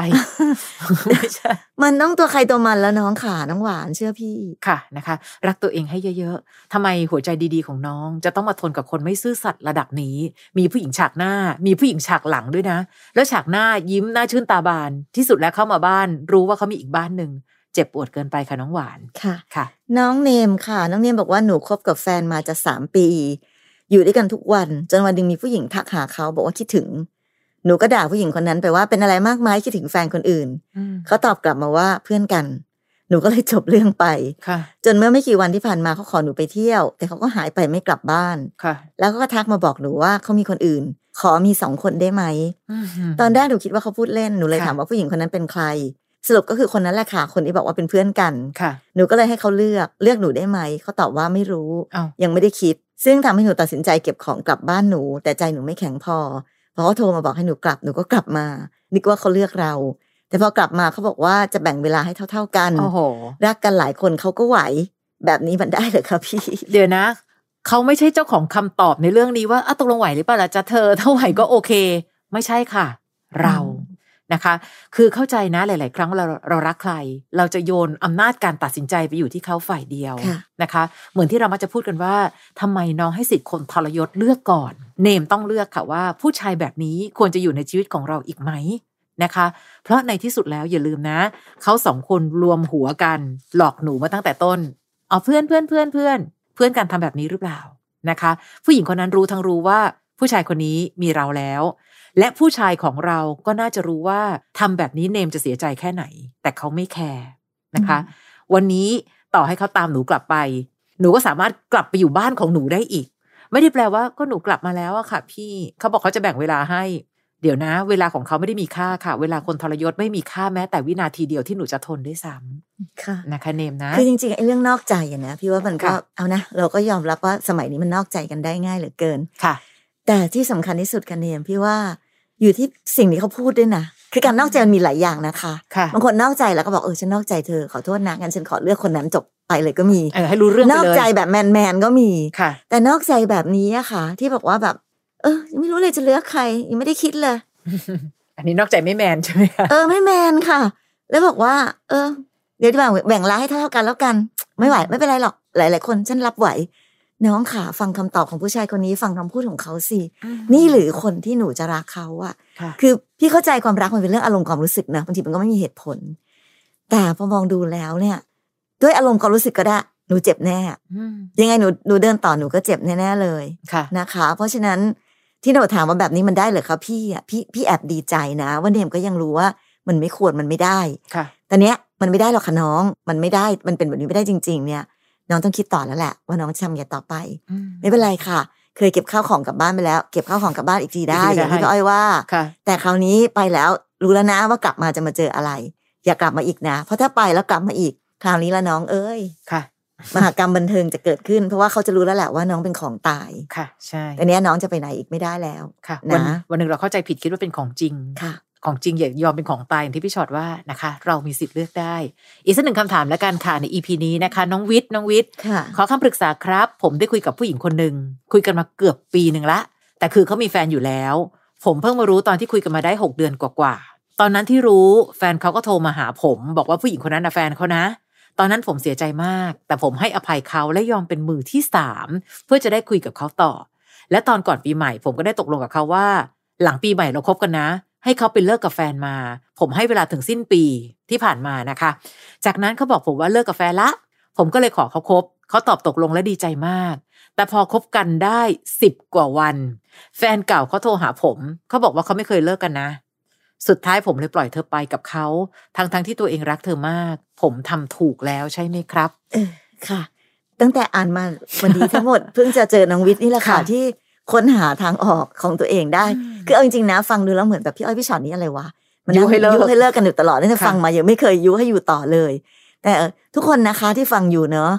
B: ไม่ใช่
A: มันต้องตัวใครตัวมันแล้วน้องขาน้องหวานเชื่อพี่
B: ค่ะนะคะ รักตัวเองให้เยอะๆทำไมหัวใจดีๆของน้อง จะต้องมาทนกับคนไม่ซื่อสัตย์ระดับนี้ มีผู้หญิงฉากหน้า มีผู้หญิงฉากหลังด้วยนะ แล้วฉากหน้ายิ้มหน้าชื่นตาบาน ที่สุดแล้วเข้ามาบ้าน รู้ว่าเขามีอีกบ้านหนึ่งเจ็บปวดเกินไปค่ะน้องหวาน
A: ค่ะ
B: ค่ะ
A: น้องเนมค่ะ น้องเนมบอกว่าหนูคบกับแฟนมาจะสามปี อยู่ด้วยกันทุกวัน จนวันหนึ่งมีผู้หญิงทักหาเขาบอกว่าคิดถึง หนูก็ด่าผู้หญิงคนนั้นไปว่าเป็นอะไรมากไหมคิดถึงแฟนคนอื่น เขาตอบกลับมาว่าเพื่อนกัน หนูก็เลยจบเรื่องไป
B: ค่ะ
A: จนเมื่อไม่กี่วันที่ผ่านมาเขาขอหนูไปเที่ยว แต่เขาก็หายไปไม่กลับบ้าน
B: ค่ะ
A: แล้วก็ทักมาบอกหนูว่าเขามีคนอื่น ขอมีสองคนได้ไหม
B: ม
A: ตอนแรกหนูคิดว่าเขาพูดเล่นหนูเลย
B: ค่ะ
A: ถามว่าผู้หญิงคนนั้นเป็นใคร สรุปก็คือคนนั้นแหละค่ะคนที่บอกว่าเป็นเพื่อนกัน
B: ค่ะ
A: หนูก็เลยให้เขาเลือกเลือกหนูได้ไหม เขาตอบว่าไม่รู้
B: เอา
A: ยังไม่ได้คิด ซึ่งทำให้หนูตัดสินใจเก็บของกลับบ้านหนู แต่ใจหนูไม่แข็งพอพอเขาโทรมาบอกให้หนูกลับหนูก็กลับมานึกว่าเขาเลือกเรา แต่พอกลับมาเขาบอกว่าจะแบ่งเวลาให้เท่า ๆกัน
B: โอ้โห
A: รักกันหลายคนเขาก็ไหว แบบนี้มันได้เหรอคะพี่
B: เดี๋ยวนะ เขาไม่ใช่เจ้าของคำตอบในเรื่องนี้ว่าอะตกลงไหวหรือเปล่าล่ะจะเธอถ้ าไหวก็โอเค ไม่ใช่ค่ะ เรา
A: อืม
B: นะคะ คือเข้าใจนะหลาย ๆ ครั้งเราเรารักใคร เราจะโยนอำนาจการตัดสินใจไปอยู่ที่เขาฝ่ายเดียว
A: ค่ะ
B: นะคะ เหมือนที่เรามักจะพูดกันว่าทำไมน้องให้สิทธิ์คนทรยศเลือกก่อน เนมต้องเลือกค่ะว่า ผู้ชายแบบนี้ควรจะอยู่ในชีวิตของเราอีกไหมนะคะ เพราะในที่สุดแล้วอย่าลืมนะ เขาสองคนรวมหัวกัน หลอกหนูมาตั้งแต่ต้น เอาเพื่อนเพื่อนเพื่อนเพื่อนเพื่อนกันทำแบบนี้หรือเปล่านะคะ ผู้หญิงคนนั้นรู้ทั้งรู้ว่าผู้ชายคนนี้มีเราแล้ว และผู้ชายของเราก็น่าจะรู้ว่าทำแบบนี้เนมจะเสียใจแค่ไหน แต่เขาไม่แคร์นะคะ วันนี้ต่อให้เขาตามหนูกลับไป หนูก็สามารถกลับไปอยู่บ้านของหนูได้อีก ไม่ได้แปลว่าก็หนูกลับมาแล้วอะค่ะ พี่เขาบอกเขาจะแบ่งเวลาให้ เดี๋ยวนะ เวลาของเขาไม่ได้มีค่าค่ะ เวลาคนทรยศไม่มีค่าแม้แต่วินาทีเดียวที่หนูจะทนด้วยซ้
A: ค่ะ
B: ำนะคะเนมนะ
A: คือจริงๆไอ้เรื่องนอกใจอะนะพี่ว่ามันก็
B: ค่ะ
A: เอานะ เราก็ยอมรับว่าสมัยนี้มันนอกใจกันได้ง่ายเหลือเกิน
B: ค่ะ
A: แต่ที่สำคัญที่สุดกันเนมพี่ว่าอยู่ที่สิ่งที่เขาพูดด้วยนะคือการนอกใจมันมีหลายอย่างนะคะ
B: ค่ะ
A: บางคนนอกใจแล้วก็บอกเออฉันนอกใจเธอขอโทษนะงั้นฉันขอเลือกคนนั้นจบไปเลยก็มี
B: เออให้รู้เรื่อง
A: น
B: ไป
A: อก
B: เลย
A: ใจแบบแมนแมนๆก็มี
B: ค่ะ
A: แต่นอกใจแบบนี้อะค่ะ ที่บอกว่าแบบ เออยังไม่รู้เลยจะเลือกใครยังไม่ได้คิดเลย
B: อันนี้นอกใจไม่แมนใช่ไหมคะ
A: เออไม่แมนค่ะ แล้วบอกว่า เออ เดี๋ยวดีกว่าแบ่งร้ายให้เท่าๆกันแล้วกัน ไม่ไหวไม่เป็นไรหรอก หลาย ๆ คนฉันรับไหว น้องขาฟังคำตอบของผู้ชายคนนี้ฟังคำพูดของเขาสิ นี่หรือคนที่หนูจะรักเขาอะ
B: ค่ะ
A: คือพี่เข้าใจความรักมันเป็นเรื่องอารมณ์ความรู้สึกนะบางทีมันก็ไม่มีเหตุผล แต่พอมองดูแล้วเนี่ย ด้วยอารมณ์ความรู้สึกก็ได้หนูเจ็บแน่
B: อืม
A: ยังไงหนูหนูเดินต่อหนูก็เจ็บแน่ๆเลย
B: ค่ะ
A: นะคะ เพราะฉะนั้นที่เราถามว่าแบบนี้มันได้เหรอคะพี่อ่ะพี่พี่แอบดีใจนะว่าเนมก็ยังรู้ว่ามันไม่ควรมันไม่ได้
B: ค่ะ
A: แต่เนี้ยมันไม่ได้หรอกค่ะน้องมันไม่ได้มันเป็นแบบนี้ไม่ได้จริง ๆ เนี่ย น้องต้องคิดต่อแล้วแหละว่าน้องจะทำยังไงต่อไป ไม่เป็นไรค่ะ เคยเก็บข้าวของกลับบ้านไปแล้ว เก็บข้าวของกลับบ้านอีกทีได้อ
B: อีกทีได้
A: ย่างที่พี่อ้อยว่า
B: ค่ะ
A: แต่คราวนี้ไปแล้วรู้แล้วนะว่ากลับมาจะมาเจออะไร อย่ากลับมาอีกนะ เพราะถ้าไปแล้วกลับมาอีก คราวนี้ละน้องเอ้ย
B: ค่ะ
A: มหากรรมบันเทิงจะเกิดขึ้น เพราะว่าเขาจะรู้แล้วแหละว่าน้องเป็นของตาย
B: ค่ะ ใช่
A: อันเนี้ยน้องจะไปไหนอีกไม่ได้แล้ว
B: ค่ะ
A: นะ
B: วันวันหนึ่งเราเข้าใจผิดคิดว่าเป็นของจริง
A: ค่ะ
B: ของจริงอย่ายอมเป็นของตายอย่างที่พี่ชอดว่านะคะ เรามีสิทธิ์เลือกได้ อีกสักหนึ่งคำถามและการค่ะใน EP นี้นะคะ น้องวิทย์น้องวิทย์
A: ค่ะ
B: ขอคำปรึกษาครับ ผมได้คุยกับผู้หญิงคนหนึ่งคุยกันมาเกือบปีหนึ่งละ แต่คือเขามีแฟนอยู่แล้ว ผมเพิ่งมารู้ตอนที่คุยกันมาได้ 6 เดือนกว่าๆตอนนั้นที่รู้แฟนเขาก็โทรมาหาผม บอกว่าผู้หญิงคนนั้นนะแฟนเขานะ ตอนนั้นผมเสียใจมาก แต่ผมให้อภัยเขาและยอมเป็นมือที่สามเพื่อจะได้คุยกับเขาต่อ และตอนก่อนปีใหม่ ผมก็ได้ตกลงกับเขาว่า หลังปีใหม่เราคบกันนะ ให้เขาไปเลิกกับแฟนมา ผมให้เวลาถึงสิ้นปีที่ผ่านมานะคะ จากนั้นเขาบอกผมว่าเลิกกับแฟนละ ผมก็เลยขอเขาคบ เขาตอบตกลงและดีใจมาก แต่พอคบกันได้สิบกว่าวัน แฟนเก่าเขาโทรหาผม เขาบอกว่าเขาไม่เคยเลิกกันนะ สุดท้ายผมเลยปล่อยเธอไปกับเขา ทั้งๆทที่ตัวเองรักเธอมาก ผมทำถูกแล้วใช่ไหมครับ
A: ค่ะ ตั้งแต่อ่านมาวันนี้ทั้งหมด เพิ่งจะเจอน้องวิทย์นี่แหละค่ะ
B: ค่ะ
A: ที่ค้นหาทางออกของตัวเองได้ คือเอาจริงๆนะฟังดูแล้วเหมือนแบบพี่อ้อยพี่ชอนนี่อะไรวะมั
B: ยุให้เลิก
A: ยุให้เลิกกันอยู่ตลอดนี่แต่
B: ค่ะ
A: ฟังมายังไม่เคยยุให้อยู่ต่อเลย แต่เอ่อทุกคนนะคะที่ฟังอยู่เนอะ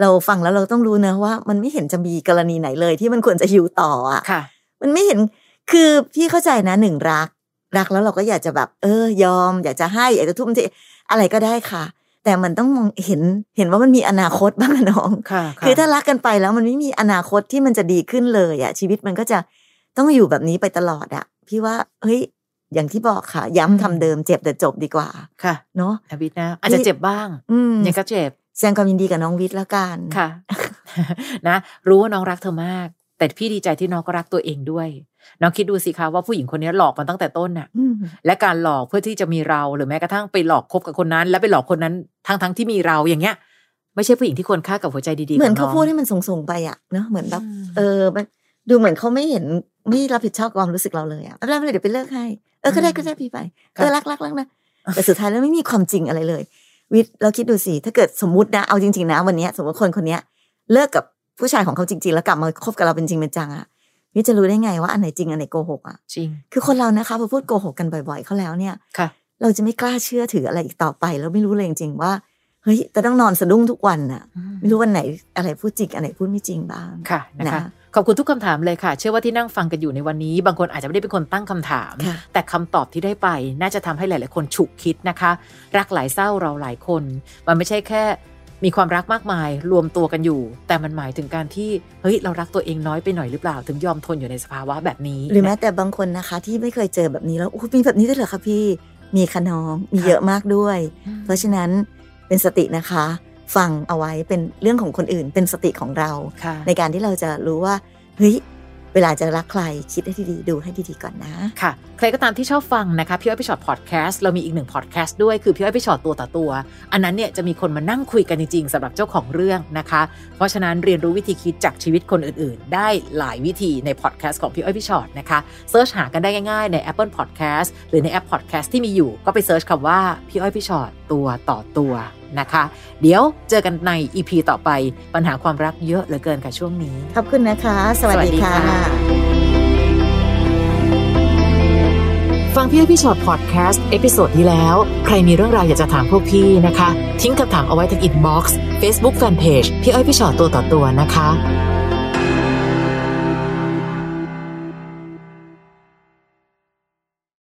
A: เราฟังแล้วเราต้องรู้นะว่า มันไม่เห็นจะมีกรณีไหนเลย ที่มันควรจะอยู่ต่ออ่ะ
B: ค่ะ
A: มันไม่เห็น คือพี่เข้าใจนะหนึ่งรัก รักแล้วเราก็อยากจะแบบ เออ ยอม อยากจะให้ อยากจะทุ่มเทอะไรก็ได้ค่ะ แต่มันต้องมองเห็น เห็นว่ามันมีอนาคตบ้างอะน้อง
B: ค่ะะ
A: คือถ้ารักกันไปแล้วมันไม่มีอนาคตที่มันจะดีขึ้นเลยอะชีวิตมันก็จะต้องอยู่แบบนี้ไปตลอดอะพี่ว่า เฮ้ย อย่างที่บอกค่ะ ย้ำคำเดิมเจ็บแต่จบดีกว่า
B: ค่ะ
A: เนาะ
B: อวิทนะ อาจจะเจ็บบ้าง
A: อืม
B: ยังก็เจ็บ
A: แสดงความยินดีกับน้องวิทย์แล้วกัน
B: ค่ะ นะ รู้ว่าน้องรักเธอมาก แต่พี่ดีใจที่น้องก็รักตัวเองด้วย น้องคิดดูสิคะว่าผู้หญิงคนนี้หลอกมาตั้งแต่ต้นน่ะ
A: อืม
B: และการหลอกเพื่อที่จะมีเราหรือแม้กระทั่งไปหลอกคบกับคนนั้น และไปหลอกคนนั้นทั้งทั้งๆที่มีเราอย่างเงี้ย ไม่ใช่ผู้หญิงที่ควรค่ากับหัวใจดีๆ
A: เหมือน
B: ง
A: เขา
B: ง
A: พูดให้มันส่งๆไปอะเนาะเหมือนแบบ
B: อืม
A: เออมันดูเหมือนเขาไม่เห็นไม่รับผิดชอบความรู้สึกเราเลยอะไม่เป็นไรเดี๋ยวไปเลิกให้ เออก็ได้
B: อืม
A: ก็ได้พี่ไป เอ
B: ครั
A: อบ รักรักรักนะ แต่สุดท้ายแล้วไม่มีความจริงอะไรเลย วิทย์เราคิดดูสิ ถ้าเกิดสมมตินะ เอาจริง ๆ นะ วันเนี้ยสมมติคนคนเนี้ย เลิกกับผู้ชายของเขาจริง ๆ แล้วกลับมาคบกับเราเป็นจริงเป็นจังอะวิทย์จะรู้ได้ไงว่าอันไหนจริงอันไหนโกหกอะ
B: จริง
A: คือคนเรานะคะพอพูดโกหกกันบ่อย ๆเขาแล้วเนี่ย
B: ค่ะ
A: เราจะไม่กล้าเชื่อถืออะไรอีกต่อไป แล้วไม่รู้เลยจริงๆว่าเฮ้ยแต่ต้องนอนสะดุ้งทุกวันอะไม่รู้วันไหนอะไรพูดจริงอันไหนพูดไม่จริงบ้าง
B: ค่ะนะคะ
A: นะ
B: ขอบคุณทุกคำถามเลยค่ะ เชื่อว่าที่นั่งฟังกันอยู่ในวันนี้ บางคนอาจจะไม่ได้เป็นคนตั้งคำถาม
A: ค่ะ
B: แต่คำตอบที่ได้ไปน่าจะทำให้หลาย ๆ คนฉุกคิดนะคะ รักหลายเศร้าเราหลายคน มันไม่ใช่แค่ มีความรักมากมายรวมตัวกันอยู่ แต่มันหมายถึงการที่เฮ้ยเรารักตัวเองน้อยไปหน่อยหรือเปล่า ถึงยอมทนอยู่ในสภาวะแบบนี้
A: หรือแม้แต่บางคนนะคะ ที่ไม่เคยเจอแบบนี้แล้วโอ้มีแบบนี้ด้วยเหรอคะพี่ มีคะน้องมี
B: ค่ะ
A: เยอะมากด้วย
B: อืม
A: เพราะฉะนั้นเป็นสตินะคะ ฟังเอาไว้เป็นเรื่องของคนอื่น เป็นสติของเรา
B: ค่ะ
A: ในการที่เราจะรู้ว่าเฮ้ยเวลาจะรักใครคิดให้ดีๆดูให้ดีๆก่อนนะ
B: ค่ะใครก็ตามที่ชอบฟังนะคะพี่อ้อยพี่ชอตพอดแคสต์เรามีอีกหนึ่งพอดแคสต์ด้วยคือพี่อ้อยพี่ชอตตัวต่อตัว อันนั้นเนี่ยจะมีคนมานั่งคุยกันจริงๆสำหรับเจ้าของเรื่องนะคะ เพราะฉะนั้นเรียนรู้วิธีคิดจากชีวิตคนอื่นๆ ได้หลายวิธีในพอดแคสต์ของพี่อ้อยพี่ชอตนะคะเซิร์ชหากันได้ง่ายๆใน Apple Podcast หรือในแอปพอดแคสต์ที่มีอยู่ก็ไปเซิร์ชคำว่าพี่อ้อยพี่ชอตตัวต่อตัวนะคะ เดี๋ยวเจอกันใน EP ต่อไปปัญหาความรักเยอะเหลือเกินค่ะช่วงนี้
A: ขอบคุณนะคะ สวัสดี
B: สวัสดี
A: ค่ะ
B: ค่ะ ฟังพี่อ้อยพี่ชอตพอดแคสต์เอพิโซดนี้แล้ว ใครมีเรื่องราวอยากจะถามพวกพี่นะคะ ทิ้งคำถามเอาไว้ทางอินบ็อกซ์เฟซบุ๊กแฟนเพจพี่อ้อยพี่ชอตตัวต่อตัวนะคะ